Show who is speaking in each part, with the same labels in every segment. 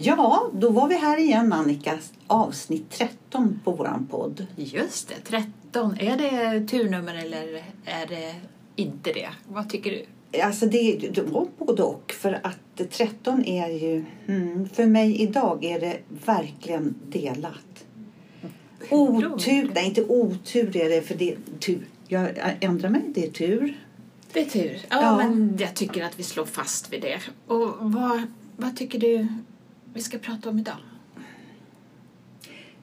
Speaker 1: Ja, då var vi här igen Annika. Avsnitt 13 på våran podd.
Speaker 2: Just det, 13. Är det turnummer eller är det inte det? Vad tycker du?
Speaker 1: Alltså det, det var både och. För att 13 är ju... Mm, för mig idag är det verkligen delat.
Speaker 2: då?
Speaker 1: Otur, nej inte otur är det för det är tur. Jag ändrar mig, det är tur.
Speaker 2: Det är tur. Ja,
Speaker 1: Ja.
Speaker 2: men jag tycker att vi slår fast vid det. Och vad, vad tycker du vi ska prata om idag?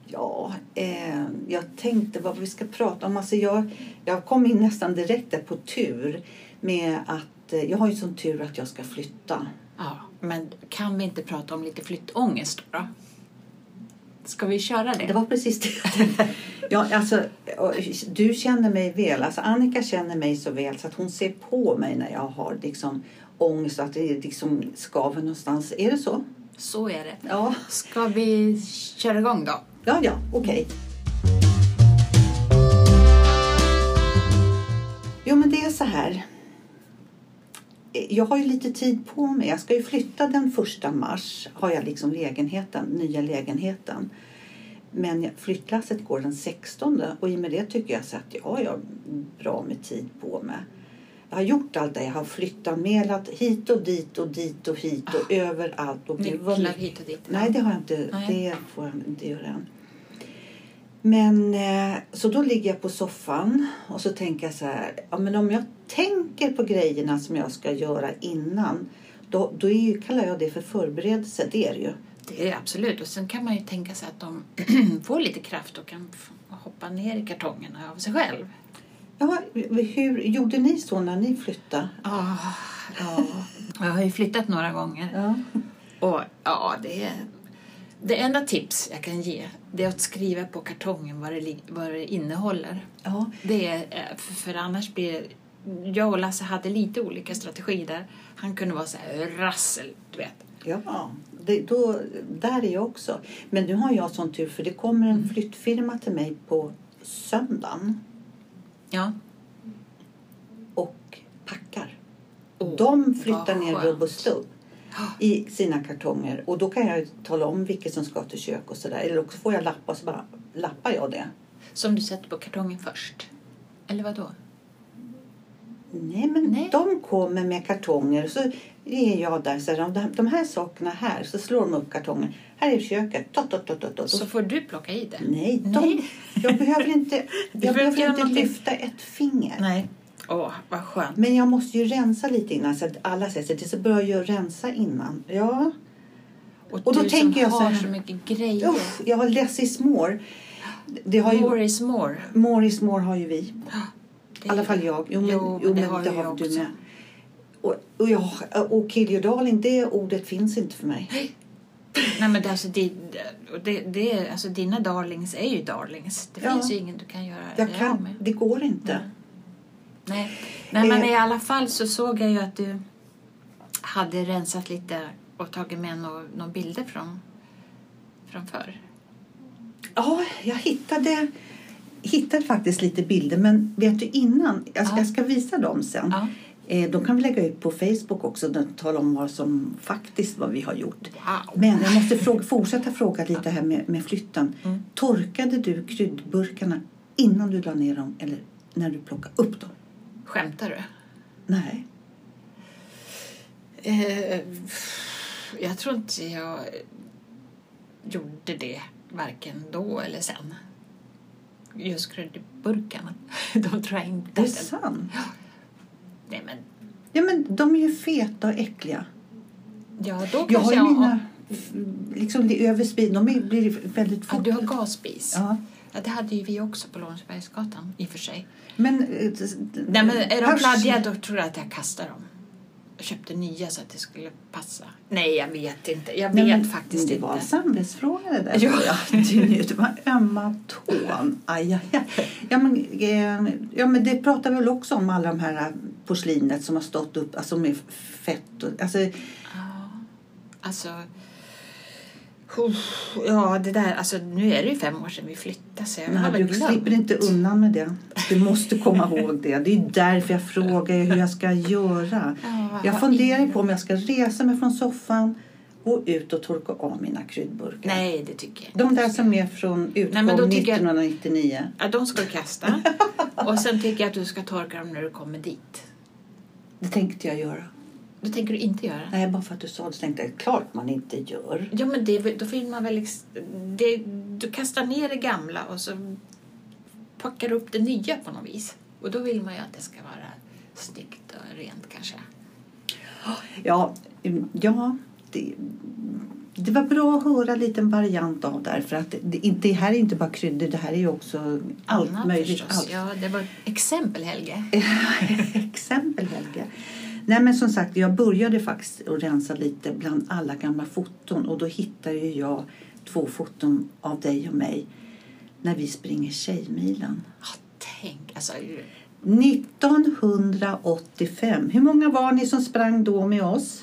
Speaker 1: Ja, eh, jag tänkte vad vi ska prata om. Alltså jag, jag kom in nästan direkt där på tur med att eh, jag har ju sån tur att jag ska flytta.
Speaker 2: Ja, men kan vi inte prata om lite flyttångest då? Ska vi köra det?
Speaker 1: Det var precis det jag tänkte. ja, alltså, och Du känner mig väl. Alltså Annika känner mig så väl så att hon ser på mig när jag har liksom ångest och att det liksom skaver någonstans. Är det så?
Speaker 2: Så är det.
Speaker 1: Ja.
Speaker 2: Ska vi köra igång då?
Speaker 1: Ja, ja, okej. Jo, men det är så här. Eh, Jag har ju lite tid på mig. Jag ska ju flytta den första mars. Har jag liksom lägenheten, nya lägenheten. Men jag- flyttlasset går den 16 och i och med det tycker jag så att ja, jag har bra med tid på mig. Jag har gjort allt det. Jag har flyttanmälat hit och dit och dit och hit och överallt. Och det var
Speaker 2: Nycklar hit och dit.
Speaker 1: Nej, det har jag inte.
Speaker 2: Nej.
Speaker 1: Det får jag inte göra än. Men eh, så då ligger jag på soffan och så tänker jag så här. Ja, men om jag tänker på grejerna som jag ska göra innan. Då, då är ju, kallar jag det för förberedelse. Det är det ju.
Speaker 2: Det är absolut. Och sen kan man ju tänka sig att de får lite kraft och kan f- hoppa ner i kartongerna av sig själv.
Speaker 1: Ja, hur gjorde ni så när ni flyttade?
Speaker 2: Ah, ja. Jag har ju flyttat några gånger.
Speaker 1: Ja.
Speaker 2: Och ja, det, är, det enda tips jag kan ge det är att skriva på kartongen vad det, lig- vad det innehåller.
Speaker 1: ja.
Speaker 2: Det är, eh, för, för annars blir det... Jag och Lasse hade lite olika strategier där. Han kunde vara så här rassel, du vet.
Speaker 1: Ja, det, då, där är jag också. Men nu har jag sån tur för det kommer en flyttfirma till mig på söndagen
Speaker 2: Ja.
Speaker 1: och packar.
Speaker 2: Åh,
Speaker 1: De flyttar
Speaker 2: vad
Speaker 1: ner
Speaker 2: skönt.
Speaker 1: rubb och stubb i sina kartonger. Och då kan jag ju tala om vilket som ska till kök och sådär. Eller också får jag lappa och så bara lappar jag det.
Speaker 2: Som du sätter på kartongen först. Eller vad då?
Speaker 1: Nej men
Speaker 2: Nej.
Speaker 1: de kommer med kartonger. Så är jag där så här, de, de här sakerna här. Så slår de upp kartongen. Här är köket. Tot, tot, tot, tot, tot.
Speaker 2: Så får du plocka i det.
Speaker 1: Nej, de,
Speaker 2: Nej.
Speaker 1: jag behöver inte, jag
Speaker 2: behöver
Speaker 1: behöver
Speaker 2: inte göra
Speaker 1: inte
Speaker 2: någonting.
Speaker 1: lyfta ett finger.
Speaker 2: Nej. Åh, vad skönt.
Speaker 1: Men jag måste ju rensa lite innan. Så att alla säger så här, det är så bra att göra rensa innan. Ja.
Speaker 2: Och,
Speaker 1: Och då
Speaker 2: du
Speaker 1: tänker
Speaker 2: som
Speaker 1: jag så
Speaker 2: har
Speaker 1: här-
Speaker 2: så mycket grejer.
Speaker 1: Uff, jag har less is more. Det har ju,
Speaker 2: More is more.
Speaker 1: more is more har ju vi.
Speaker 2: Det
Speaker 1: I alla
Speaker 2: är-
Speaker 1: fall jag. Jo, men, jo,
Speaker 2: Jo,
Speaker 1: men
Speaker 2: det har ju jag
Speaker 1: du
Speaker 2: också.
Speaker 1: med. Och, och, jag, och kill your darling, det ordet finns inte för mig.
Speaker 2: Nej, men det, alltså, det, och det, det, är- alltså, dina darlings är ju darlings. Det
Speaker 1: Ja.
Speaker 2: finns ju ingen du kan göra det
Speaker 1: Jag
Speaker 2: här
Speaker 1: kan,
Speaker 2: med.
Speaker 1: det går inte.
Speaker 2: Nej. Nej, men
Speaker 1: Eh.
Speaker 2: i alla fall så såg jag ju att du hade rensat lite och tagit med några nå bilder från, från förr.
Speaker 1: Ja, jag hittade, hittade faktiskt lite bilder, men vet du innan? Jag,
Speaker 2: Ja.
Speaker 1: jag ska visa dem sen.
Speaker 2: Ja.
Speaker 1: Eh, de kan vi lägga ut på Facebook också, där tala om vad som faktiskt vad vi har gjort.
Speaker 2: Wow.
Speaker 1: Men jag måste fråga, fortsätta fråga lite här med, med flytten.
Speaker 2: Mm.
Speaker 1: Torkade du kryddburkarna innan du la ner dem eller när du plockade upp dem?
Speaker 2: Skämtar du?
Speaker 1: Nej.
Speaker 2: Eh, jag tror inte jag gjorde det varken då eller sen. Just kryddburkarna. De tror jag inte
Speaker 1: Det är
Speaker 2: att jag-
Speaker 1: sant.
Speaker 2: Nej, men
Speaker 1: Ja, men de är ju feta och äckliga.
Speaker 2: ja, då
Speaker 1: Jag har
Speaker 2: kanske
Speaker 1: ju
Speaker 2: jag...
Speaker 1: mina f- liksom det är över speed. De är- blir väldigt
Speaker 2: Ja,
Speaker 1: fort.
Speaker 2: du har gasspis.
Speaker 1: Ja.
Speaker 2: Ja, det hade ju vi också på Långsbergsgatan i och för sig.
Speaker 1: Men, eh, s-
Speaker 2: Nej, men är de
Speaker 1: pers-
Speaker 2: kladdiga då tror jag att jag kastar dem. Jag köpte nya så att det skulle passa. Nej, jag vet inte. Jag
Speaker 1: Nej,
Speaker 2: vet
Speaker 1: men
Speaker 2: faktiskt
Speaker 1: Det
Speaker 2: inte.
Speaker 1: var en samvetsfråga det där.
Speaker 2: Ja.
Speaker 1: tror jag. Det är- det var ömma tån. Aj, aj, aj. Ja, men, eh, ja, men det pratar vi väl också om alla de här eh, porslinet som har stått upp, alltså med fett och, alltså,
Speaker 2: Ja, alltså... Uff, Ja, det där. Alltså, nu är det ju fem år sedan vi flyttade så jag har liksom-
Speaker 1: nej,
Speaker 2: väl
Speaker 1: du slipper
Speaker 2: glömt.
Speaker 1: inte undan med det. Du måste komma ihåg det. Det är därför jag frågar er hur jag ska göra.
Speaker 2: Ja, vad
Speaker 1: Jag
Speaker 2: har
Speaker 1: funderar
Speaker 2: ingen-
Speaker 1: på om jag ska resa mig från soffan gå ut och torka av mina kryddburkar.
Speaker 2: Nej, det tycker jag inte.
Speaker 1: De där som är från utgång
Speaker 2: men då tycker jag-
Speaker 1: 1999.
Speaker 2: Ja, de ska du kasta. Och sen tycker jag att du ska torka dem när du kommer dit.
Speaker 1: Det tänkte jag göra.
Speaker 2: Det tänker du inte göra?
Speaker 1: Nej, bara för att du sa det så tänkte jag klart man inte gör.
Speaker 2: Ja, men det, är väl- då vill man väl... ex- Det, du kastar ner det gamla och så packar du upp det nya på något vis. Och då vill man ju att det ska vara snyggt och rent kanske.
Speaker 1: Ja, mm, ja det, det var bra att höra en liten variant av det här, för att det, det, inte, det här är inte bara kryddor, det här är ju också allt
Speaker 2: Annat
Speaker 1: möjligt.
Speaker 2: förstås.
Speaker 1: Allt.
Speaker 2: Ja, det var ett exempel, Helge.
Speaker 1: Exempel Helge. Nej men som sagt, jag började faktiskt att rensa lite bland alla gamla foton och då hittade ju jag två foton av dig och mig när vi springer Tjejmilen.
Speaker 2: Ja, tänk alltså.
Speaker 1: 1985. Hur många var ni som sprang då med oss?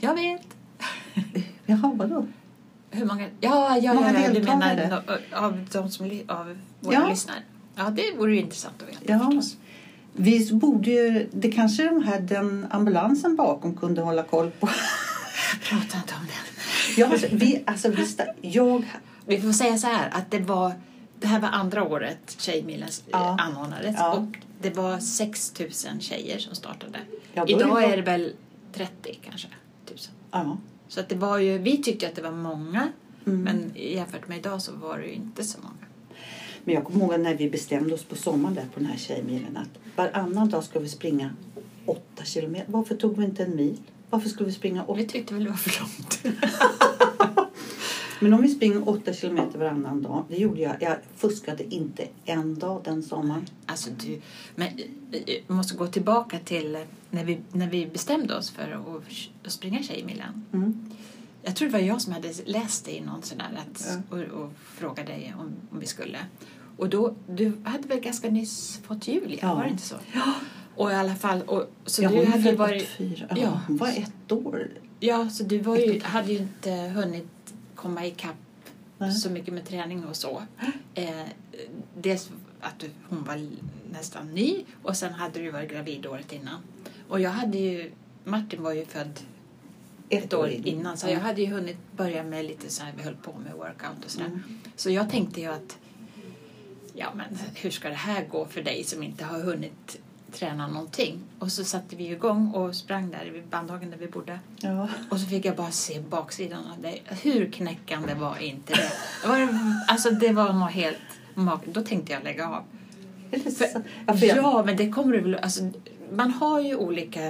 Speaker 2: Jag vet.
Speaker 1: Jaha, vadå?
Speaker 2: Hur många? Ja, ja,
Speaker 1: Många
Speaker 2: ja, ja du menar
Speaker 1: deltagare?
Speaker 2: no- av de som li- av våra
Speaker 1: Ja.
Speaker 2: lyssnare? Ja, det vore ju intressant att veta
Speaker 1: Ja.
Speaker 2: förstås.
Speaker 1: Vi borde ju, det kanske de här, den ambulansen bakom kunde hålla koll på.
Speaker 2: Prata inte om det.
Speaker 1: Jag, vi, alltså, vi, sta- jag,
Speaker 2: Vi får säga så här att det var det här var andra året Tjejmilen eh,
Speaker 1: Ja.
Speaker 2: anordnades
Speaker 1: Ja.
Speaker 2: och det var 6 000 tjejer som startade.
Speaker 1: jag
Speaker 2: Idag
Speaker 1: började-
Speaker 2: är det väl 30 kanske tusen.
Speaker 1: Ja.
Speaker 2: Så att det var ju, vi tyckte att det var många
Speaker 1: Mm.
Speaker 2: men jämfört med idag så var det ju inte så många.
Speaker 1: Men jag kommer ihåg när vi bestämde oss på sommaren där på den här tjejmilen att varannan dag ska vi springa åtta kilometer. Varför tog vi inte en mil? Varför skulle vi springa åtta?
Speaker 2: Vi tyckte väl det var för långt.
Speaker 1: Men om vi springer åtta kilometer varannan dag, det gjorde jag. Jag fuskade inte en dag den sommaren.
Speaker 2: Alltså du, men vi måste gå tillbaka till när vi, när vi bestämde oss för att, att springa Tjejmilen.
Speaker 1: Mm.
Speaker 2: Jag tror det var jag som hade läst det i någon sån där att,
Speaker 1: Ja.
Speaker 2: och, och frågade dig om, om vi skulle. Och då, du hade väl ganska nyss fått Julia,
Speaker 1: Ja.
Speaker 2: var det inte så? Ja. Och i alla fall, och, så
Speaker 1: Ja,
Speaker 2: du
Speaker 1: hon
Speaker 2: hade ju
Speaker 1: hade
Speaker 2: varit...
Speaker 1: varit fyra. Ja,
Speaker 2: ja.
Speaker 1: Hon var ett år.
Speaker 2: Ja, så du var ju, hade ju inte hunnit komma ikapp
Speaker 1: Nej.
Speaker 2: så mycket med träning och så. Eh, dels att du, hon var l- nästan ny och sen hade du varit gravid året innan. Och jag hade ju, Martin var ju född ett år innan så jag hade ju hunnit börja med lite så här, vi höll på med workout och sådär.
Speaker 1: Mm.
Speaker 2: Så jag tänkte ju att, ja men hur ska det här gå för dig som inte har hunnit träna någonting? Och så satte vi igång och sprang där vid bandhagen där vi bodde.
Speaker 1: Ja.
Speaker 2: Och så fick jag bara se baksidan av dig. Hur knäckande var inte det? det var, alltså det var nog helt mag... Då tänkte jag lägga av.
Speaker 1: Är det
Speaker 2: För-
Speaker 1: sant? Ja, för jag-
Speaker 2: Ja, men det kommer du väl... Alltså, man har ju olika...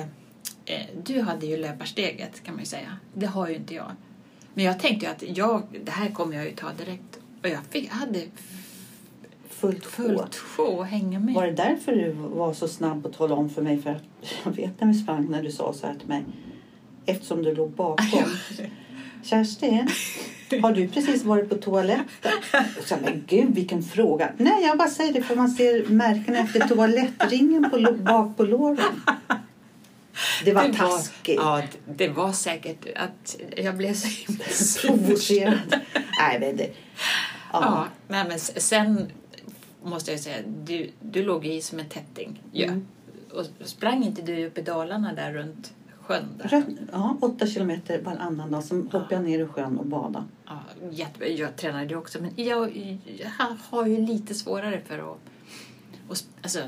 Speaker 2: Eh, du hade ju löparsteget kan man ju säga. Det har ju inte jag. Men jag tänkte ju att jag, det här kommer jag ju ta direkt. Och jag fick, hade
Speaker 1: fullt sjå.
Speaker 2: fullt sjå att hänga med.
Speaker 1: Var det därför du var så snabb att tala om för mig? För att jag vet när vi sprang när du sa så här till mig. Eftersom du låg bakom. Kerstin, har du precis varit på toaletten? Och Så, här, men gud vilken fråga. Nej jag bara säger det för man ser märken efter toalettringen på, lo- bak på låren. Det var taskigt.
Speaker 2: Ja, det, det var säkert att jag blev så himla sur.
Speaker 1: Provocerad. Nej men det.
Speaker 2: Ja.
Speaker 1: Ja.
Speaker 2: nej, men s- sen måste jag säga, du, du låg i som en tätting. Ja.
Speaker 1: Mm.
Speaker 2: Och sprang inte du upp i Dalarna där runt sjön? Där?
Speaker 1: Rött, ja, åtta kilometer varannan dag. Sen hoppade jag ner i sjön och badade.
Speaker 2: Ja, jättebra. Jag tränade ju också, men jag, jag har ju lite svårare för att... Och, sp- alltså,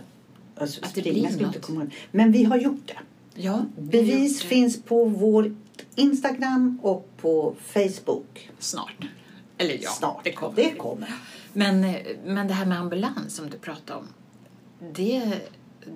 Speaker 1: Alltså,
Speaker 2: Att det
Speaker 1: springa
Speaker 2: blir
Speaker 1: ska jag inte
Speaker 2: något.
Speaker 1: komma ihåg. Men vi har gjort det.
Speaker 2: ja,
Speaker 1: Bevis
Speaker 2: jag-
Speaker 1: finns på vår Instagram och på Facebook.
Speaker 2: Snart. Eller ja,
Speaker 1: Snart.
Speaker 2: det kommer.
Speaker 1: Det kommer.
Speaker 2: Men, eh, men det här med ambulans som du pratade om, det,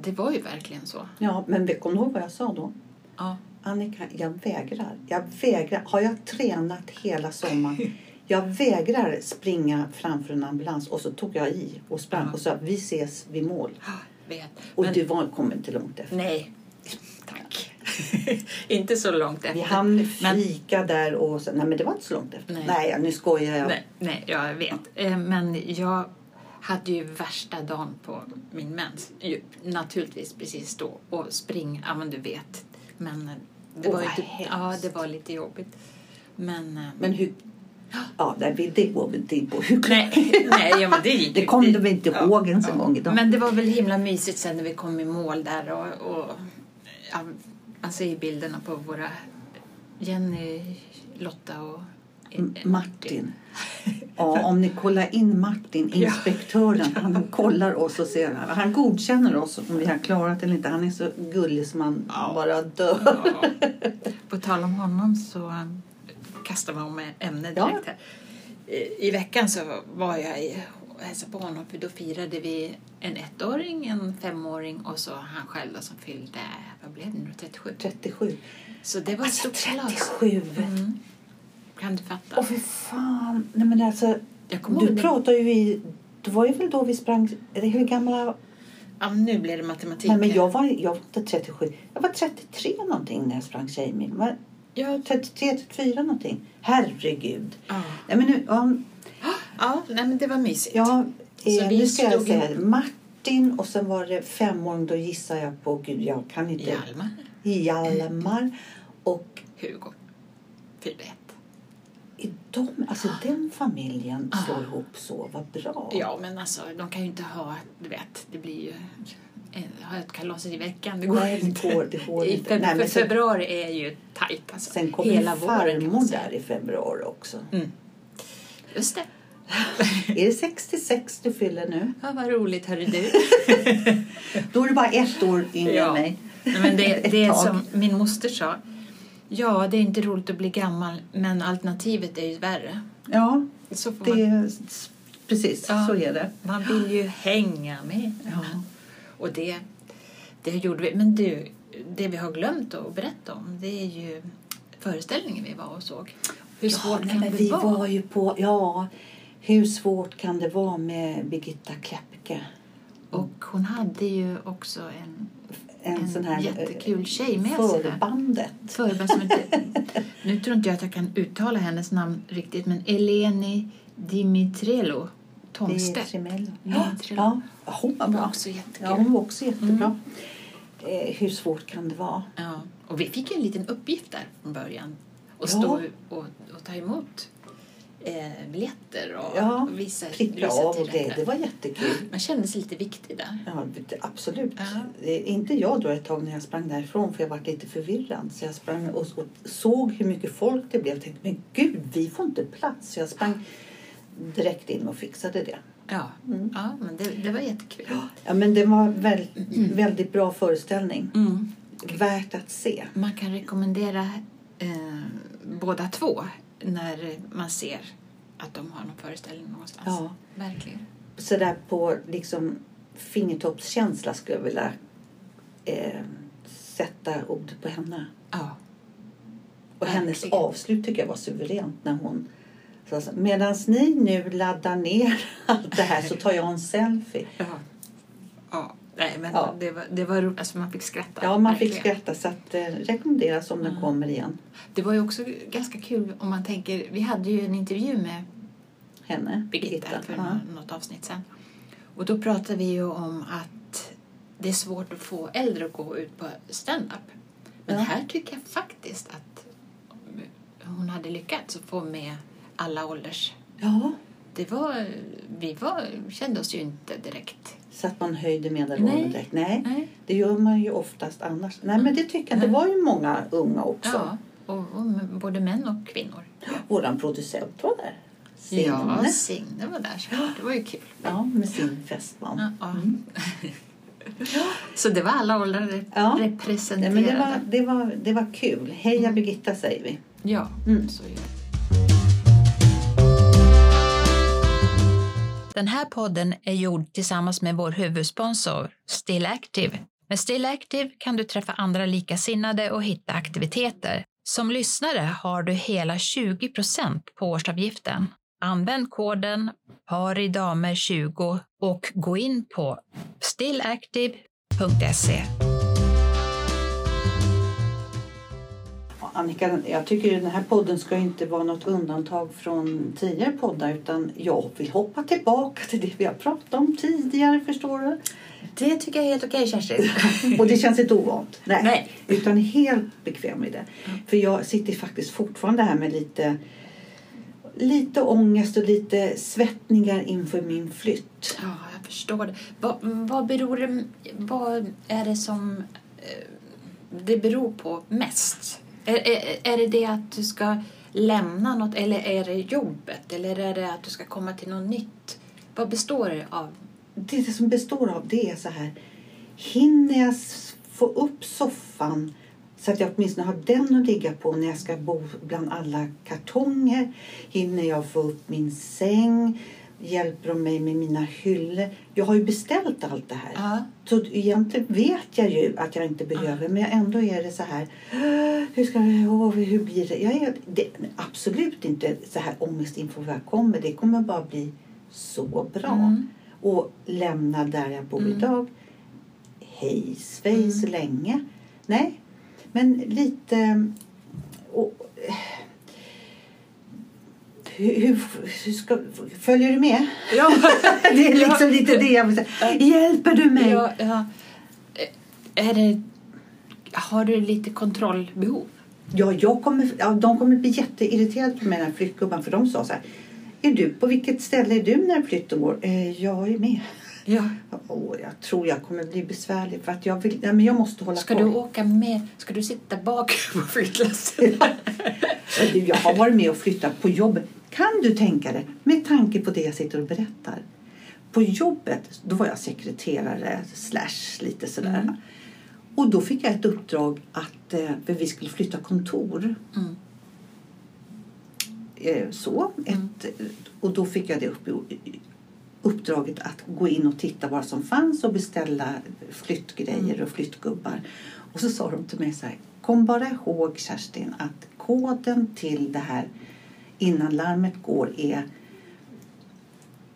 Speaker 2: det var ju verkligen så.
Speaker 1: Ja, men vi- kommer du ihåg vad jag sa då?
Speaker 2: Ja.
Speaker 1: Annika, jag vägrar. Jag vägrar. Har jag tränat hela sommaren? Jag vägrar springa framför en ambulans. Och så tog jag i och sprang
Speaker 2: Ja.
Speaker 1: och sa vi ses vid mål.
Speaker 2: Ja, Vet.
Speaker 1: Och
Speaker 2: Men-
Speaker 1: du var, kom inte långt efter.
Speaker 2: Nej, tack. inte så långt efter.
Speaker 1: Vi hann
Speaker 2: Men-
Speaker 1: fika där och så, nej men det var inte så långt efter.
Speaker 2: Nej.
Speaker 1: Nej, nu skojar jag.
Speaker 2: Nej, nej, jag vet. Eh, Men jag hade ju värsta dagen på min mens. Ju- Naturligtvis precis då. Och spring, ja men du vet. Men eh, det
Speaker 1: Åh,
Speaker 2: var ju
Speaker 1: vad
Speaker 2: typ, ja,
Speaker 1: hemskt.
Speaker 2: det var lite jobbigt. Men... eh,
Speaker 1: Men hur... Ja, där vi- det går vi inte in på. Hur
Speaker 2: Nej, nej ja, men det gick
Speaker 1: Det
Speaker 2: ju-
Speaker 1: kom du väl inte ihåg ens en gång idag?
Speaker 2: Men det var väl himla mysigt sen när vi alltså kom i mål där och, och ja, man ser ju bilderna på våra Jenny, Lotta och eh,
Speaker 1: M- Martin. Ja, om ni kollar in Martin,
Speaker 2: Ja.
Speaker 1: inspektören, han kollar oss och ser. Han godkänner oss om vi har klarat eller inte. Han är så gullig som man
Speaker 2: Ja.
Speaker 1: bara dör.
Speaker 2: Ja. På tal om honom så um, kastar man om ämne
Speaker 1: Ja.
Speaker 2: direkt här. I- I veckan så var jag i, och hälsade på honom för då firade vi en ettåring, en femåring och så han själv då som fyllde, vad blev det nu, 37?
Speaker 1: 37.
Speaker 2: Så det var ett
Speaker 1: Alltså
Speaker 2: stort kalas.
Speaker 1: 37!
Speaker 2: Mm. Kan du fatta?
Speaker 1: Åh fy fan! Nej men alltså,
Speaker 2: Jag kommer ihåg
Speaker 1: du
Speaker 2: det.
Speaker 1: pratar ju i... Det var ju väl då vi sprang... eller Hur gamla...
Speaker 2: Ja, nu blir det matematik.
Speaker 1: Nej men
Speaker 2: här.
Speaker 1: jag var, jag var inte 37. Jag var 33 någonting när jag sprang tjejmil. Var
Speaker 2: Ja,
Speaker 1: 33, 34 någonting. Herregud!
Speaker 2: ja.
Speaker 1: Nej men nu... Ja,
Speaker 2: ja nej, men det var mysigt.
Speaker 1: Ja,
Speaker 2: Så
Speaker 1: eh,
Speaker 2: vi
Speaker 1: nu ska jag
Speaker 2: slog
Speaker 1: säga Martin och sen var det femåring, då gissar jag på, gud jag kan inte,
Speaker 2: Hjalmar,
Speaker 1: Hjalmar. Och
Speaker 2: Hugo, fyllde ett.
Speaker 1: i de, alltså den familjen
Speaker 2: Ah.
Speaker 1: slår ihop så, vad bra.
Speaker 2: Ja, men alltså de kan ju inte ha, du vet, det blir ju eh, ha ett kalas i veckan, det går
Speaker 1: Nej, det
Speaker 2: inte.
Speaker 1: går, det går
Speaker 2: I
Speaker 1: inte.
Speaker 2: feb-
Speaker 1: Nej, men sen,
Speaker 2: februari är ju tajt alltså.
Speaker 1: sen kommer ju
Speaker 2: våren, kan man
Speaker 1: farmor
Speaker 2: säga.
Speaker 1: där i februari också.
Speaker 2: Mm. Just det.
Speaker 1: Är det 66 du fyller nu?
Speaker 2: Ja, vad roligt, hörru du.
Speaker 1: Då är du bara ett år yngre än
Speaker 2: Ja.
Speaker 1: mig.
Speaker 2: Nej, men det,
Speaker 1: Ett
Speaker 2: det är
Speaker 1: tag.
Speaker 2: som min moster sa. Ja, det är inte roligt att bli gammal, men alternativet är ju värre.
Speaker 1: Ja,
Speaker 2: Så får
Speaker 1: det
Speaker 2: man,
Speaker 1: är, precis
Speaker 2: Mm. Ja.
Speaker 1: så är det.
Speaker 2: man vill ju hänga med.
Speaker 1: Ja.
Speaker 2: Och det, det gjorde vi. Men du, det vi har glömt att berätta om det är ju föreställningen vi var och såg. Hur svårt
Speaker 1: nej,
Speaker 2: kan
Speaker 1: men
Speaker 2: det
Speaker 1: vi
Speaker 2: vara?
Speaker 1: var ju på, ja, hur svårt kan det vara med Birgitta Kläppke?
Speaker 2: Och hon hade ju också en,
Speaker 1: En, sån här eh,
Speaker 2: jättekul tjej med sig där.
Speaker 1: förbandet.
Speaker 2: Förband som inte, nu tror inte jag att jag kan uttala hennes namn riktigt men Eleni Dimitrello Tomstedt.
Speaker 1: Trimello.
Speaker 2: Ja,
Speaker 1: Ja,
Speaker 2: Trimello.
Speaker 1: Ja, hon var
Speaker 2: Det var
Speaker 1: bra.
Speaker 2: också jättekul. Mm.
Speaker 1: Ja, hon var också jättebra. Eh, hur svårt kan det vara?
Speaker 2: Ja, och vi fick ju en liten uppgift där från början. Att
Speaker 1: Ja.
Speaker 2: stå och, och ta emot eh, biljetter och,
Speaker 1: Ja,
Speaker 2: och visa,
Speaker 1: Pricka
Speaker 2: visa
Speaker 1: av och det,
Speaker 2: rätta.
Speaker 1: det var jättekul.
Speaker 2: Man kände sig lite viktig där.
Speaker 1: Ja, det- absolut.
Speaker 2: Ja.
Speaker 1: Eh, Inte jag då ett tag när jag sprang därifrån för jag var lite förvirrad. Så jag sprang och, och såg hur mycket folk det blev. Jag tänkte, men gud, vi får inte plats. Så jag sprang direkt in och fixade det.
Speaker 2: Ja, Mm. ja men det, det var jättekul.
Speaker 1: Ja, men det var väl, väldigt bra föreställning.
Speaker 2: Mm.
Speaker 1: Värt att se.
Speaker 2: Man kan rekommendera eh, båda två när man ser att de har någon föreställning någonstans.
Speaker 1: Ja.
Speaker 2: Verkligen.
Speaker 1: Så där på liksom fingertoppskänsla skulle jag vilja eh, sätta ord på henne.
Speaker 2: Ja.
Speaker 1: Och hennes
Speaker 2: Verkligen.
Speaker 1: avslut tycker jag var suveränt när hon sa så här, Medan ni nu laddar ner allt det här så tar jag en selfie.
Speaker 2: Ja. ja. Nej, men
Speaker 1: Ja.
Speaker 2: det var, det var roligt. Alltså man fick skratta.
Speaker 1: Ja, man fick
Speaker 2: Verkligen.
Speaker 1: skratta så att eh, rekommenderas om den kommer igen.
Speaker 2: Det var ju också ganska kul om man tänker, vi hade ju en intervju med
Speaker 1: Henne,
Speaker 2: Birgitta för
Speaker 1: Ja.
Speaker 2: nå- något avsnitt sen. Och då pratade vi ju om att det är svårt att få äldre att gå ut på stand-up. Men
Speaker 1: Ja.
Speaker 2: här tycker jag faktiskt att hon hade lyckats att få med alla ålders.
Speaker 1: ja,
Speaker 2: Det var, vi var, kände oss ju inte direkt.
Speaker 1: så att man höjde medelåldern
Speaker 2: Nej.
Speaker 1: direkt. Nej.
Speaker 2: Nej. Mm.
Speaker 1: Det gör man ju oftast annars. Nej, men det tycker jag. Det var ju många unga också.
Speaker 2: Ja, och, och både män och kvinnor.
Speaker 1: Våran producent var där. Signe.
Speaker 2: Ja, Signe var där såklart. Det var ju kul.
Speaker 1: Ja, med sin fästman.
Speaker 2: Ja, ja.
Speaker 1: Mm.
Speaker 2: Så det var alla åldrar
Speaker 1: Ja. Nej,
Speaker 2: representerade.
Speaker 1: men det, var, det, var, det var kul. Heja
Speaker 2: Mm.
Speaker 1: Birgitta säger vi.
Speaker 2: Ja,
Speaker 1: Mm.
Speaker 2: så gör jag. Den här podden är gjord tillsammans med vår huvudsponsor Still Active. Med Still Active kan du träffa andra likasinnade och hitta aktiviteter. Som lyssnare har du hela 20 på årsavgiften. Använd koden paridamer20 och gå in på stillactive.se.
Speaker 1: Ja, Annika, jag tycker ju den här podden ska ju inte vara något undantag från tidigare poddar utan jag vill hoppa tillbaka till det vi har pratat om tidigare, förstår du?
Speaker 2: Det tycker jag är helt okej, Kerstin.
Speaker 1: Och det känns inte ovant. Nej.
Speaker 2: Nej.
Speaker 1: Utan helt bekväm i det. För jag sitter faktiskt fortfarande här med lite, lite ångest och lite svettningar inför min flytt.
Speaker 2: Ja, jag förstår det. Vad, vad beror det... Vad är det som eh, det beror på mest? Är, är, är det det att du ska lämna något eller är det jobbet? Eller är det att du ska komma till något nytt? Vad består det av?
Speaker 1: Det som består av det är så här. Hinner jag s- få upp soffan så att jag åtminstone har den att ligga på när jag ska bo bland alla kartonger? Hinner jag få upp min säng? Hjälper de mig med mina hyllor? Jag har ju beställt allt det här.
Speaker 2: Ja.
Speaker 1: Så egentligen vet jag ju att jag inte behöver, men ändå är det så här. Hur ska det, åh, hur blir det? Jag är det, absolut inte så här ångest inför vad jag kommer. Det kommer bara bli så bra.
Speaker 2: Mm.
Speaker 1: Och lämna där jag bor
Speaker 2: Mm.
Speaker 1: idag. Hej svejs
Speaker 2: Mm.
Speaker 1: länge. Nej, men lite... Och, eh, hur, hur, hur ska, följer du med?
Speaker 2: Ja.
Speaker 1: Det är liksom lite det jag vill säga. Hjälper du mig?
Speaker 2: Ja, ja. Eh, Är det, har du lite kontrollbehov?
Speaker 1: Ja, jag kommer, ja, de kommer bli jätteirriterade på mig, den här flyttgubben, för de sa så här. Är du, på vilket ställe är du när flytten går? Eh, jag är med.
Speaker 2: Ja.
Speaker 1: Åh, jag tror jag kommer bli besvärlig för att jag vill, nej, men jag måste hålla
Speaker 2: Ska du
Speaker 1: koll.
Speaker 2: åka med? Ska du sitta bak på flyttlassen?
Speaker 1: Eh, du, Jag har varit med och flyttat på jobbet. Kan du tänka dig, med tanke på det jag sitter och berättar. På jobbet, då var jag sekreterare slash lite sådär.
Speaker 2: Mm.
Speaker 1: Och då fick jag ett uppdrag att eh, för vi skulle flytta kontor.
Speaker 2: Mm.
Speaker 1: eh, så. Ett,
Speaker 2: Mm.
Speaker 1: Och då fick jag det upp, uppdraget att gå in och titta vad som fanns och beställa flyttgrejer och flyttgubbar. Och så sa de till mig så här, kom bara ihåg Kerstin att koden till det här innan larmet går är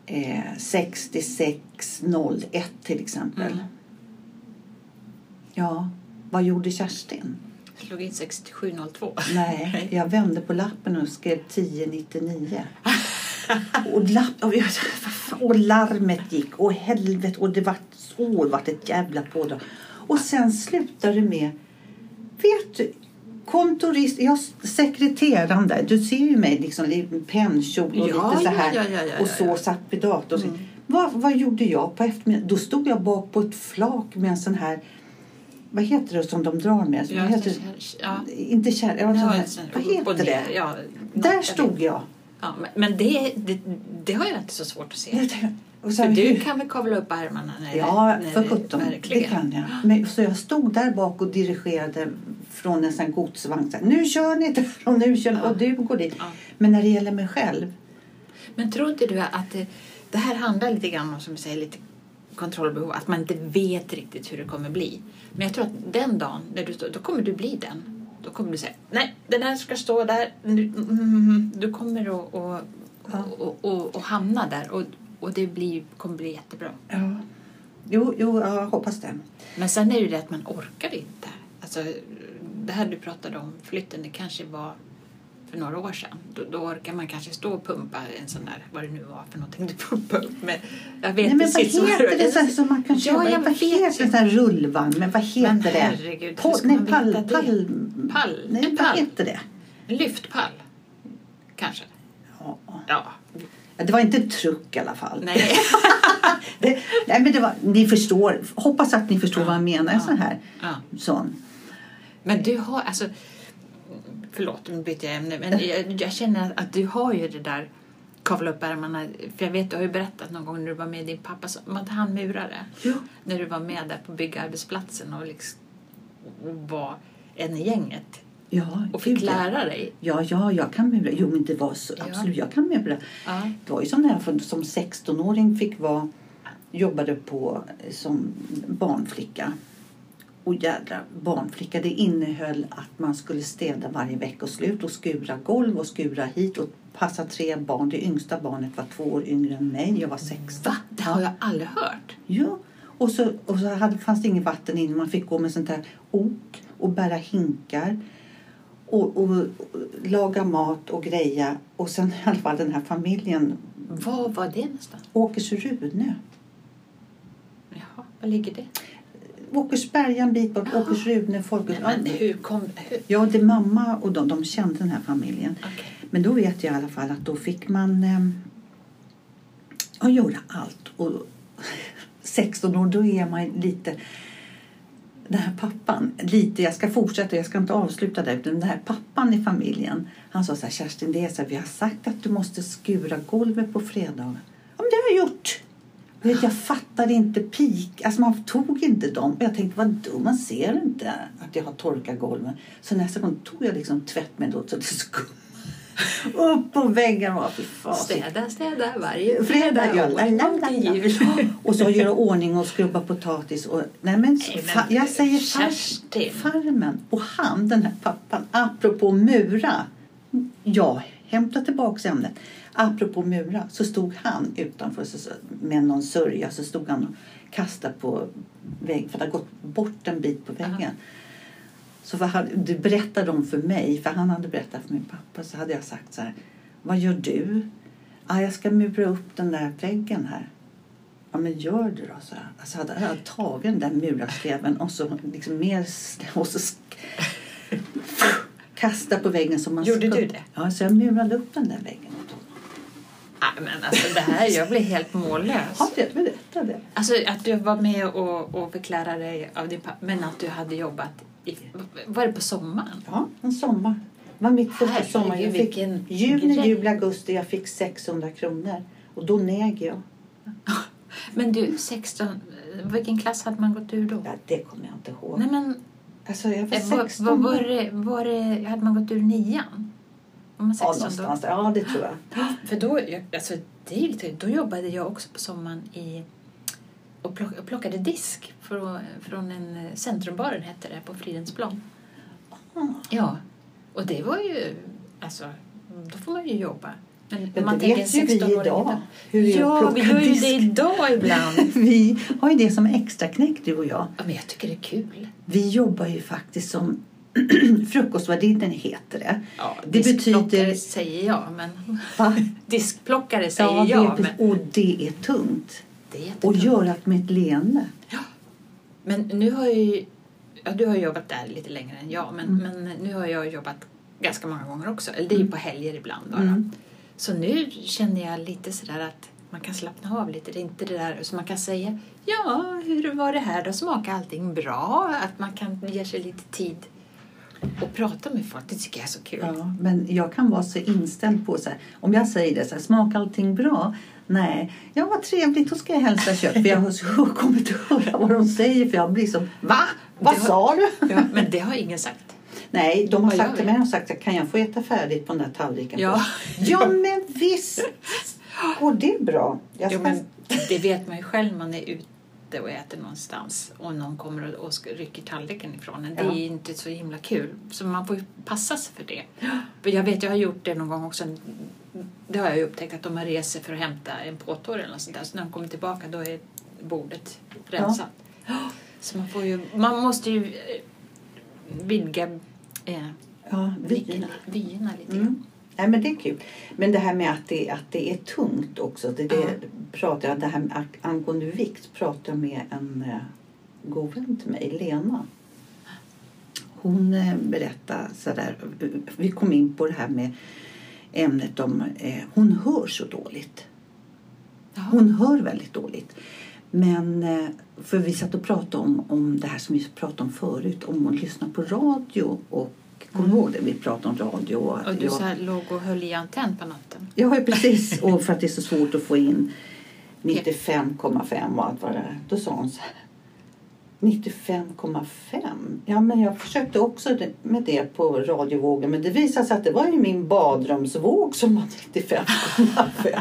Speaker 1: eh, 6601 till exempel.
Speaker 2: Mm.
Speaker 1: Ja, vad gjorde Kerstin?
Speaker 2: Slog in 6702.
Speaker 1: Nej, jag vände på lappen och skrev 1099. och, lapp, och, jag, och larmet gick och helvete och det vart så det vart ett jävla pådrag. Och sen slutade det med, vet du, kontorist, jag sekreteraren där, du ser ju mig liksom i pennkjol och
Speaker 2: Ja,
Speaker 1: lite så
Speaker 2: ja,
Speaker 1: här
Speaker 2: ja, ja, ja,
Speaker 1: och så
Speaker 2: ja. Mm.
Speaker 1: satt vid datorn. och så. Vad, vad gjorde jag på eftermiddagen? Då stod jag bak på ett flak med en sån här, vad heter det som de drar med?
Speaker 2: Ja,
Speaker 1: vad heter
Speaker 2: så- så- ja.
Speaker 1: Inte kär, ja, sån här, vad
Speaker 2: Och
Speaker 1: heter det?
Speaker 2: Ja,
Speaker 1: Där
Speaker 2: jag vet.
Speaker 1: stod jag.
Speaker 2: Ja, men- men det, det, det har jag inte så svårt att se.
Speaker 1: Och så
Speaker 2: För
Speaker 1: här,
Speaker 2: du
Speaker 1: hur-
Speaker 2: kan väl kavla upp ärmarna när
Speaker 1: Ja,
Speaker 2: det, när
Speaker 1: för
Speaker 2: det
Speaker 1: sjutton. Det
Speaker 2: verkligen-
Speaker 1: kan jag. Men, så jag stod där bak och dirigerade från en sån här godsvagn. Så här, nu kör ni där och nu kör ni,
Speaker 2: Ja.
Speaker 1: och du går dit.
Speaker 2: Ja.
Speaker 1: Men när det gäller mig själv.
Speaker 2: Men tror inte du att det, det här handlar lite grann om som du säger, lite kontrollbehov, att man inte vet riktigt hur det kommer bli. Men jag tror att den dagen, när du står, då kommer du bli den. Då kommer du säga, nej, den här ska stå där. Nu, mm, Du kommer att och,
Speaker 1: Ja.
Speaker 2: och, och, och hamna där och, och det blir, kommer bli jättebra.
Speaker 1: Ja. Jo, jo ja, jag hoppas det.
Speaker 2: Men sen är det ju det att man orkar inte. Alltså, det här du pratade om, flytten, det kanske var för några år sedan. Då, då orkar man kanske stå och pumpa en sån där, vad det nu var för någonting du pumpade upp med. Jag vet
Speaker 1: Nej, men vad
Speaker 2: precis vad
Speaker 1: heter det sen som man kan
Speaker 2: Ja,
Speaker 1: köpa?
Speaker 2: jag
Speaker 1: vad
Speaker 2: vet
Speaker 1: heter
Speaker 2: inte.
Speaker 1: en sån här rullvagn? Men vad heter
Speaker 2: Men
Speaker 1: det?
Speaker 2: herregud, hur
Speaker 1: Pol-
Speaker 2: ska
Speaker 1: nej,
Speaker 2: man
Speaker 1: pall,
Speaker 2: veta det?
Speaker 1: pall,
Speaker 2: Pall.
Speaker 1: Nej,
Speaker 2: En
Speaker 1: vad
Speaker 2: pall.
Speaker 1: heter det?
Speaker 2: En lyftpall, kanske.
Speaker 1: Ja.
Speaker 2: Ja.
Speaker 1: Ja, Det var inte en truck i alla fall.
Speaker 2: Nej.
Speaker 1: Det, nej, men det var, ni förstår. Hoppas att ni förstår vad jag menar. En sån här.
Speaker 2: ja.
Speaker 1: Sån.
Speaker 2: Men du har, alltså, förlåt nu byter jag ämne, men jag, jag känner att du har ju det där kavla upp ärmarna, för jag vet du har ju berättat någon gång när du var med din pappa, som- att han murare,
Speaker 1: Ja.
Speaker 2: när du var med där på byggarbetsplatsen och liksom var en i gänget
Speaker 1: Ja,
Speaker 2: och fick
Speaker 1: gud, ja.
Speaker 2: lära dig.
Speaker 1: Ja, ja, jag kan möbla. Jo, men det var så,
Speaker 2: Ja.
Speaker 1: absolut, jag kan möbla.
Speaker 2: Ja.
Speaker 1: Det var ju som när jag för- som 16-åring fick vara, jobbade på som barnflicka. Och jädra barnflicka, det innehöll att man skulle städa varje veckoslut och skura golv och skura hit och passa tre barn. Det yngsta barnet var två år yngre än mig, jag var 16.
Speaker 2: Va? Det har jag aldrig hört.
Speaker 1: Ja, och så, och så hade, fanns det inget vatten inne. Man fick gå med sånt här ok och bära hinkar och, och, och laga mat och greja. Och sen i alla fall den här familjen,
Speaker 2: Vad var det nästan?
Speaker 1: Åkers Rune.
Speaker 2: Jaha, var ligger det?
Speaker 1: Åkersberga en bit bort, Åkers Rune, Folkets...
Speaker 2: Men hur kom... Hur?
Speaker 1: Ja, det är mamma och de, de kände den här familjen.
Speaker 2: Okej.
Speaker 1: Men då vet jag i alla fall att då fick man eh, ja, göra allt. Och 16 år, då är man lite... den här pappan, lite, jag ska fortsätta, jag ska inte avsluta där, utan den här pappan i familjen, han sa så här, Kerstin, det är så här, vi har sagt att du måste skura golvet på fredagar. Ja, men det har jag gjort. Och vet, jag fattade inte pik, alltså man tog inte dem. Och jag tänkte, vad dum, man ser inte att jag har torkat golven. Så nästa gång tog jag liksom tvättmedlet så det skummade. Upp på väggen var fy fasen.
Speaker 2: Städa, städa varje
Speaker 1: Fredag, ja.
Speaker 2: och
Speaker 1: la, la, la,
Speaker 2: till
Speaker 1: la.
Speaker 2: jul.
Speaker 1: Och så göra ordning och skrubba potatis. Och, nej men, så-
Speaker 2: Nej, men
Speaker 1: fa, jag säger
Speaker 2: Kerstin.
Speaker 1: far, farmen. Och han, den här pappan, apropå mura. Jag hämtar tillbaka ämnet. Apropå mura så stod han utanför så, så, med någon sörja. Så stod han och kastade på väggen. För det hade gått bort en bit på väggen. Så vad hade, du berättade om för mig, för han hade berättat för min pappa. Så hade jag sagt så här. Vad gör du? Ah, jag ska mura upp den där väggen här. Ja, men gör det då, så här. Alltså hade jag tagit den där murarsleven och så liksom mer s- och så sk- kasta på väggen som man
Speaker 2: Gjorde
Speaker 1: ska-
Speaker 2: du det?
Speaker 1: Ja, så jag murade upp den där väggen. åt honom.
Speaker 2: Nej, men alltså det här, jag blir helt mållös.
Speaker 1: Har jag berättat det?
Speaker 2: Alltså att du var med och, och förklarade dig av din pappa, men att du hade jobbat i, var det på sommaren?
Speaker 1: Ja, en sommar. Det var mitt första
Speaker 2: Herregud,
Speaker 1: sommar. Jag fick
Speaker 2: vilken
Speaker 1: juni,
Speaker 2: grej.
Speaker 1: juli, augusti. Jag fick 600 kronor. Och då näg jag.
Speaker 2: Men du, 16, eh, vilken klass hade man gått ur då?
Speaker 1: Ja, det kommer jag inte ihåg.
Speaker 2: Nej men,
Speaker 1: Alltså, jag var
Speaker 2: eh, var,
Speaker 1: 16
Speaker 2: var,
Speaker 1: år.
Speaker 2: var, det, var det, hade man gått ur nian? Var man
Speaker 1: Ja,
Speaker 2: 16 då?
Speaker 1: någonstans. Ja, det tror jag.
Speaker 2: För då, jag- alltså, det är ju lite, då jobbade jag också på sommaren i, och plock- och plockade disk från, från en eh, centrumbaren hette det på Fridhemsplan.
Speaker 1: Ah.
Speaker 2: Ja, och det var ju, alltså då får man ju jobba. Men
Speaker 1: Men
Speaker 2: man
Speaker 1: det
Speaker 2: tänker
Speaker 1: vet ju vi
Speaker 2: 16-åring
Speaker 1: idag. Hur det är att
Speaker 2: Ja, vi
Speaker 1: plocka
Speaker 2: gör ju
Speaker 1: disk.
Speaker 2: det idag ibland.
Speaker 1: Vi har ju det som extra knäck, du och jag.
Speaker 2: ja, men jag tycker det är kul.
Speaker 1: Vi jobbar ju faktiskt som frukostvärdinnan heter det.
Speaker 2: Ja,
Speaker 1: Det
Speaker 2: diskplockare
Speaker 1: betyder-
Speaker 2: säger jag, men
Speaker 1: Va?
Speaker 2: diskplockare säger
Speaker 1: Ja, det
Speaker 2: jag,
Speaker 1: är,
Speaker 2: men
Speaker 1: och det är tungt.
Speaker 2: det är jättekul.
Speaker 1: Och görat med ett leende.
Speaker 2: Men nu har jag ju, ja, du har ju jobbat där lite längre än jag, men,
Speaker 1: Mm.
Speaker 2: men nu har jag jobbat ganska många gånger också. Eller det är ju på helger ibland bara.
Speaker 1: Mm.
Speaker 2: Så nu känner jag lite sådär att man kan slappna av lite. Det är inte det där så man kan säga ja, hur var det här då? Smakar allting bra? Att man kan ge sig lite tid och prata med folk. Det tycker jag är så kul.
Speaker 1: Ja, men jag kan vara så inställd på så här, om jag säger det så här, smakar allting bra? Nej, ja vad trevligt, då ska jag hälsa kött. För jag har så- kommit att höra vad de säger för jag blir som, va? Vad
Speaker 2: Det har-
Speaker 1: sa du?
Speaker 2: Ja, men det har ingen sagt.
Speaker 1: Nej, de har
Speaker 2: Vad gör
Speaker 1: sagt till
Speaker 2: vi?
Speaker 1: mig, de har sagt, kan jag få äta färdigt på den här tallriken?
Speaker 2: Ja.
Speaker 1: ja men visst går det bra. Jag
Speaker 2: Jo,
Speaker 1: ska...
Speaker 2: men det vet man ju själv när man är ute och äter någonstans och någon kommer och, och sk- rycker tallriken ifrån en. Det är
Speaker 1: Ja.
Speaker 2: ju inte så himla kul. Så man får ju passa sig för det. Men jag vet, jag har gjort det någon gång också. Det har jag ju upptäckt att om man reser för att hämta en påtår eller något sånt där. Så när de kommer tillbaka då är bordet rensat. Så man får ju, man måste ju eh, vidga eh,
Speaker 1: Ja,
Speaker 2: blicken-
Speaker 1: vyerna.
Speaker 2: vyerna lite grann.
Speaker 1: Mm. Nej, men det är kul. Men det här med att det, att det är tungt också. Det, det
Speaker 2: Ja.
Speaker 1: pratar jag, det här med, ak- angående vikt pratar jag med en eh, god vän till mig, Lena. Hon eh, berättade sådär, vi kom in på det här med ämnet om, eh, hon hör så dåligt.
Speaker 2: Jaha.
Speaker 1: Hon hör väldigt dåligt. Men eh, för vi satt och pratade om, om det här som vi pratade om förut, om att lyssna på radio och Kommer du ihåg det? Vi pratade om radio. och att
Speaker 2: Och du
Speaker 1: jag-
Speaker 2: så här låg och höll i antenn på natten.
Speaker 1: Ja, precis. Och för att det är så svårt att få in 95,5 och allt vad det är. Då sa hon så här. 95,5? Ja, men jag försökte också det- med det på radiovågen. Men det visade sig att det var ju min badrumsvåg som var 95,5.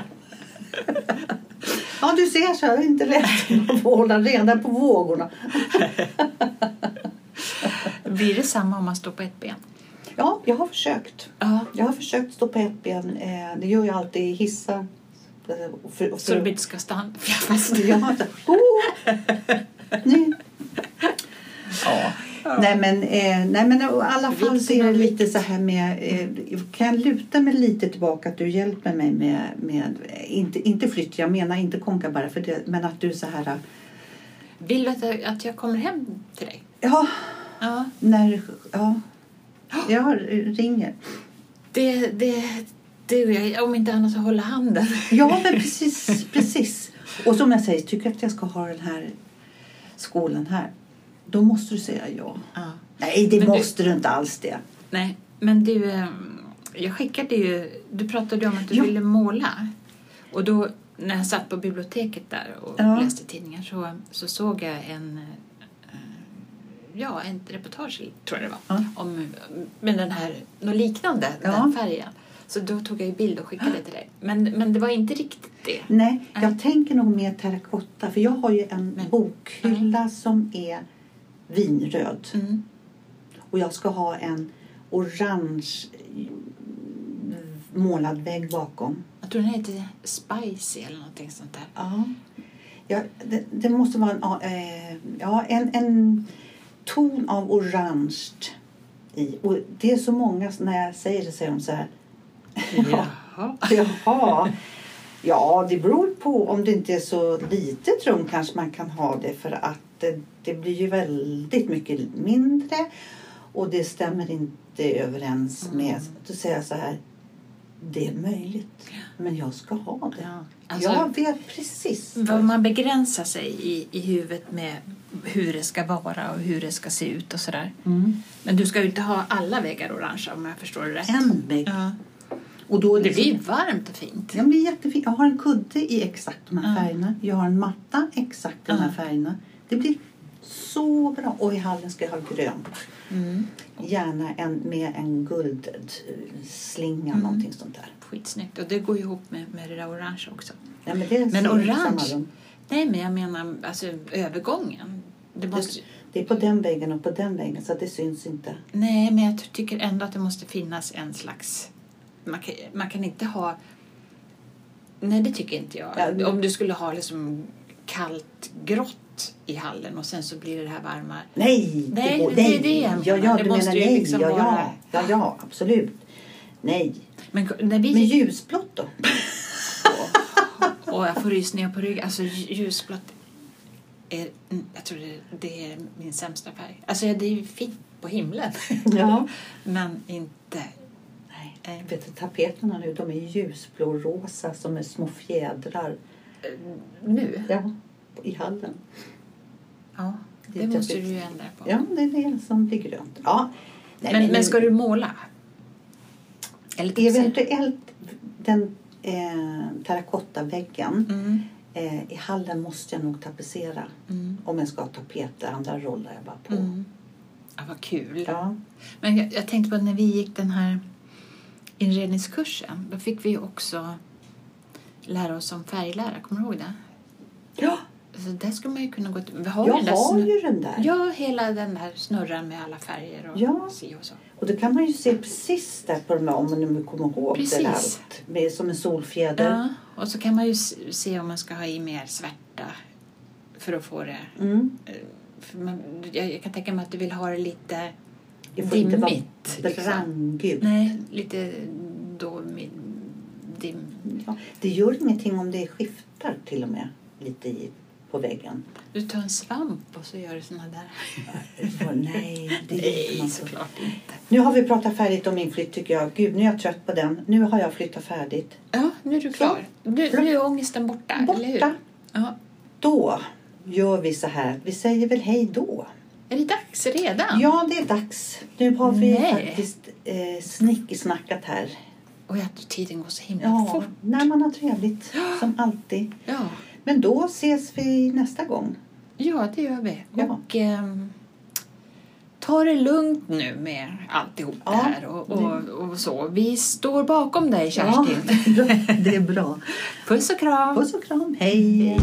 Speaker 1: Ja, du ser så här. Det är inte lätt att hålla reda på vågorna.
Speaker 2: Blir det samma om man står på ett ben?
Speaker 1: Ja, jag har försökt.
Speaker 2: Ja.
Speaker 1: Jag har försökt stå på ett ben. eh, Det gör jag alltid i hissar. Eh, och för- och
Speaker 2: Så
Speaker 1: för-
Speaker 2: de inte ska stanna fast.
Speaker 1: Jag har inte... Oh! Nej. Ja. Nej men, eh, nej men i alla fall så är det lite så här med, eh, kan jag luta mig lite tillbaka att du hjälper mig med, med eh, inte, inte flytt, jag menar inte konka bara för det, men att du så här, eh,
Speaker 2: Vill du att jag, att jag kommer hem till dig?
Speaker 1: ja,
Speaker 2: Ja.
Speaker 1: när, ja, jag ringer.
Speaker 2: Det, det, det, om inte annat så hålla handen.
Speaker 1: Ja men precis, precis. Och som jag säger, tycker jag att jag ska ha den här skålen här? Då måste du säga ja.
Speaker 2: Ja.
Speaker 1: Nej, det
Speaker 2: Men du-
Speaker 1: måste du inte alls det.
Speaker 2: Nej, men du, eh, jag skickade ju, du pratade ju om att du
Speaker 1: Ja.
Speaker 2: ville måla. Och då när jag satt på biblioteket där och
Speaker 1: Ja.
Speaker 2: läste tidningar så, så såg jag en eh, ja, en reportage, tror jag det var,
Speaker 1: Ja.
Speaker 2: om med den här, något liknande, den
Speaker 1: Ja.
Speaker 2: färgen. Så då tog jag ju bild och skickade till dig. Men, men det var inte riktigt det.
Speaker 1: Nej,
Speaker 2: Nej.
Speaker 1: jag tänker nog mer terrakotta. För jag har ju en
Speaker 2: Men-
Speaker 1: bokhylla som är vinröd.
Speaker 2: Mm.
Speaker 1: Och jag ska ha en orange mm, målad vägg bakom.
Speaker 2: Jag tror den heter Spicy eller någonting sånt där.
Speaker 1: Ja. Ja, det, det måste vara en, a- eh, ja, en, en ton av orange i. Och det är så många, som- när jag säger det säger de så här.
Speaker 2: Jaha.
Speaker 1: Jaha. Ja, det beror på. Om det inte är så lite tron kanske man kan ha det för att det, det blir ju väldigt mycket mindre och det stämmer inte överens
Speaker 2: Mm.
Speaker 1: med... Då säger jag så här. Det är möjligt, men jag ska ha det.
Speaker 2: Ja. Alltså-
Speaker 1: jag vet precis.
Speaker 2: Vad man begränsar sig i, i huvudet med hur det ska vara och hur det ska se ut och sådär.
Speaker 1: Mm.
Speaker 2: Men du ska ju inte ha alla väggar orangea om jag förstår det rätt.
Speaker 1: En vägg.
Speaker 2: Ja.
Speaker 1: Och då är
Speaker 2: Och det blir ju varmt och fint.
Speaker 1: Den blir jättefin. Jag har en kudde i exakt de här
Speaker 2: Ja.
Speaker 1: färgerna. Jag har en matta exakt de här
Speaker 2: Ja.
Speaker 1: färgerna. Det blir så bra. Och i hallen ska jag ha grönt.
Speaker 2: Mm.
Speaker 1: Gärna en, med en guldslinga,
Speaker 2: Mm.
Speaker 1: någonting sånt där.
Speaker 2: Skitsnyggt. Och det går ju ihop med, med det där orangea också.
Speaker 1: Nej, men det är
Speaker 2: Men
Speaker 1: så-
Speaker 2: orange?
Speaker 1: samma rum.
Speaker 2: Nej, men jag menar alltså övergången. Det måste,
Speaker 1: Det är på den väggen och på den väggen så att det syns inte.
Speaker 2: nej, men jag tycker ändå att det måste finnas en slags... Man kan, man kan inte ha... Nej, det tycker inte jag.
Speaker 1: Ja, men-
Speaker 2: Om du skulle ha liksom kallt grått i hallen och sen så blir det här varma.
Speaker 1: Nej!
Speaker 2: Nej,
Speaker 1: går-
Speaker 2: det är det jag menar.
Speaker 1: Ja, ja,
Speaker 2: Det
Speaker 1: du
Speaker 2: måste
Speaker 1: menar
Speaker 2: ju
Speaker 1: nej.
Speaker 2: liksom
Speaker 1: ja,
Speaker 2: vara-
Speaker 1: ja. ja, ja, absolut. Nej.
Speaker 2: Men när vi
Speaker 1: Men ljusblått då?
Speaker 2: Och jag får rysningar på ryggen. Alltså lj- ljusblått. Är, mm, jag tror det, det är min sämsta färg. Alltså det är ju fint på himlen.
Speaker 1: Ja.
Speaker 2: Men inte...
Speaker 1: Nej. Vet du, tapeterna nu, de är ljusblå rosa som är små fjädrar.
Speaker 2: Nu?
Speaker 1: Ja, i hallen.
Speaker 2: Ja, det,
Speaker 1: Det är
Speaker 2: måste du
Speaker 1: jobbigt.
Speaker 2: ju ändra på.
Speaker 1: Ja, det är det som blir grönt. Ja. Nej,
Speaker 2: men,
Speaker 1: nu-
Speaker 2: men ska du måla? Eller typ tipsa?
Speaker 1: Eventuellt den eh, terrakottaväggen
Speaker 2: Mm,
Speaker 1: eh, i hallen måste jag nog tapetsera.
Speaker 2: mm,
Speaker 1: Om jag ska ha tapeter, andra rollar jag bara på.
Speaker 2: mm. Ja, vad kul.
Speaker 1: Ja.
Speaker 2: Men jag, jag tänkte på att när vi gick den här inredningskursen. Då fick vi ju också lära oss om färglära. Kommer du ihåg det?
Speaker 1: ja,
Speaker 2: Så där skulle man ju kunna gå till. Har
Speaker 1: jag
Speaker 2: vi den där
Speaker 1: har
Speaker 2: snö-
Speaker 1: ju den där.
Speaker 2: Ja, hela den där snurran med alla färger och
Speaker 1: Ja.
Speaker 2: si och så.
Speaker 1: Och då kan man ju se precis där på de där, om man nu kommer ihåg
Speaker 2: Precis.
Speaker 1: det där allt. Med, som en solfjäder.
Speaker 2: Ja, och så kan man ju s- se om man ska ha i mer svärta för att få det...
Speaker 1: Mm.
Speaker 2: eh, För man, jag, jag kan tänka mig att du vill ha det lite
Speaker 1: Det får inte vara
Speaker 2: dimmigt. liksom.
Speaker 1: brandgult.
Speaker 2: Nej, lite då med dim...
Speaker 1: Ja, det gör ingenting om det skiftar till och med lite i, på väggen.
Speaker 2: Du tar en svamp och så gör du såna där.
Speaker 1: Åh, nej, det gör man så.
Speaker 2: såklart inte.
Speaker 1: Nu har vi pratat färdigt om min flytt tycker jag. Gud, nu är jag trött på den. Nu har jag flyttat färdigt.
Speaker 2: Ja, nu är du klar. Nu, nu är ångesten borta, eller
Speaker 1: Borta.
Speaker 2: hur? Ja.
Speaker 1: Då gör vi så här. Vi säger väl hej då.
Speaker 2: Är det dags redan?
Speaker 1: Ja, det är dags. Nu har vi
Speaker 2: Nej.
Speaker 1: faktiskt eh, snickisnackat här.
Speaker 2: Och att tiden går så himla
Speaker 1: Ja,
Speaker 2: fort.
Speaker 1: när man har trevligt. Som alltid.
Speaker 2: Ja.
Speaker 1: Men då ses vi nästa gång.
Speaker 2: Ja, det gör vi.
Speaker 1: Ja.
Speaker 2: Och ehm, ta det lugnt nu med alltihop
Speaker 1: Ja.
Speaker 2: det här och, och, och så. Vi står bakom dig,
Speaker 1: Ja,
Speaker 2: Kerstin.
Speaker 1: det är bra.
Speaker 2: um
Speaker 1: um
Speaker 2: Puss och kram!
Speaker 1: Puss och kram. Hej.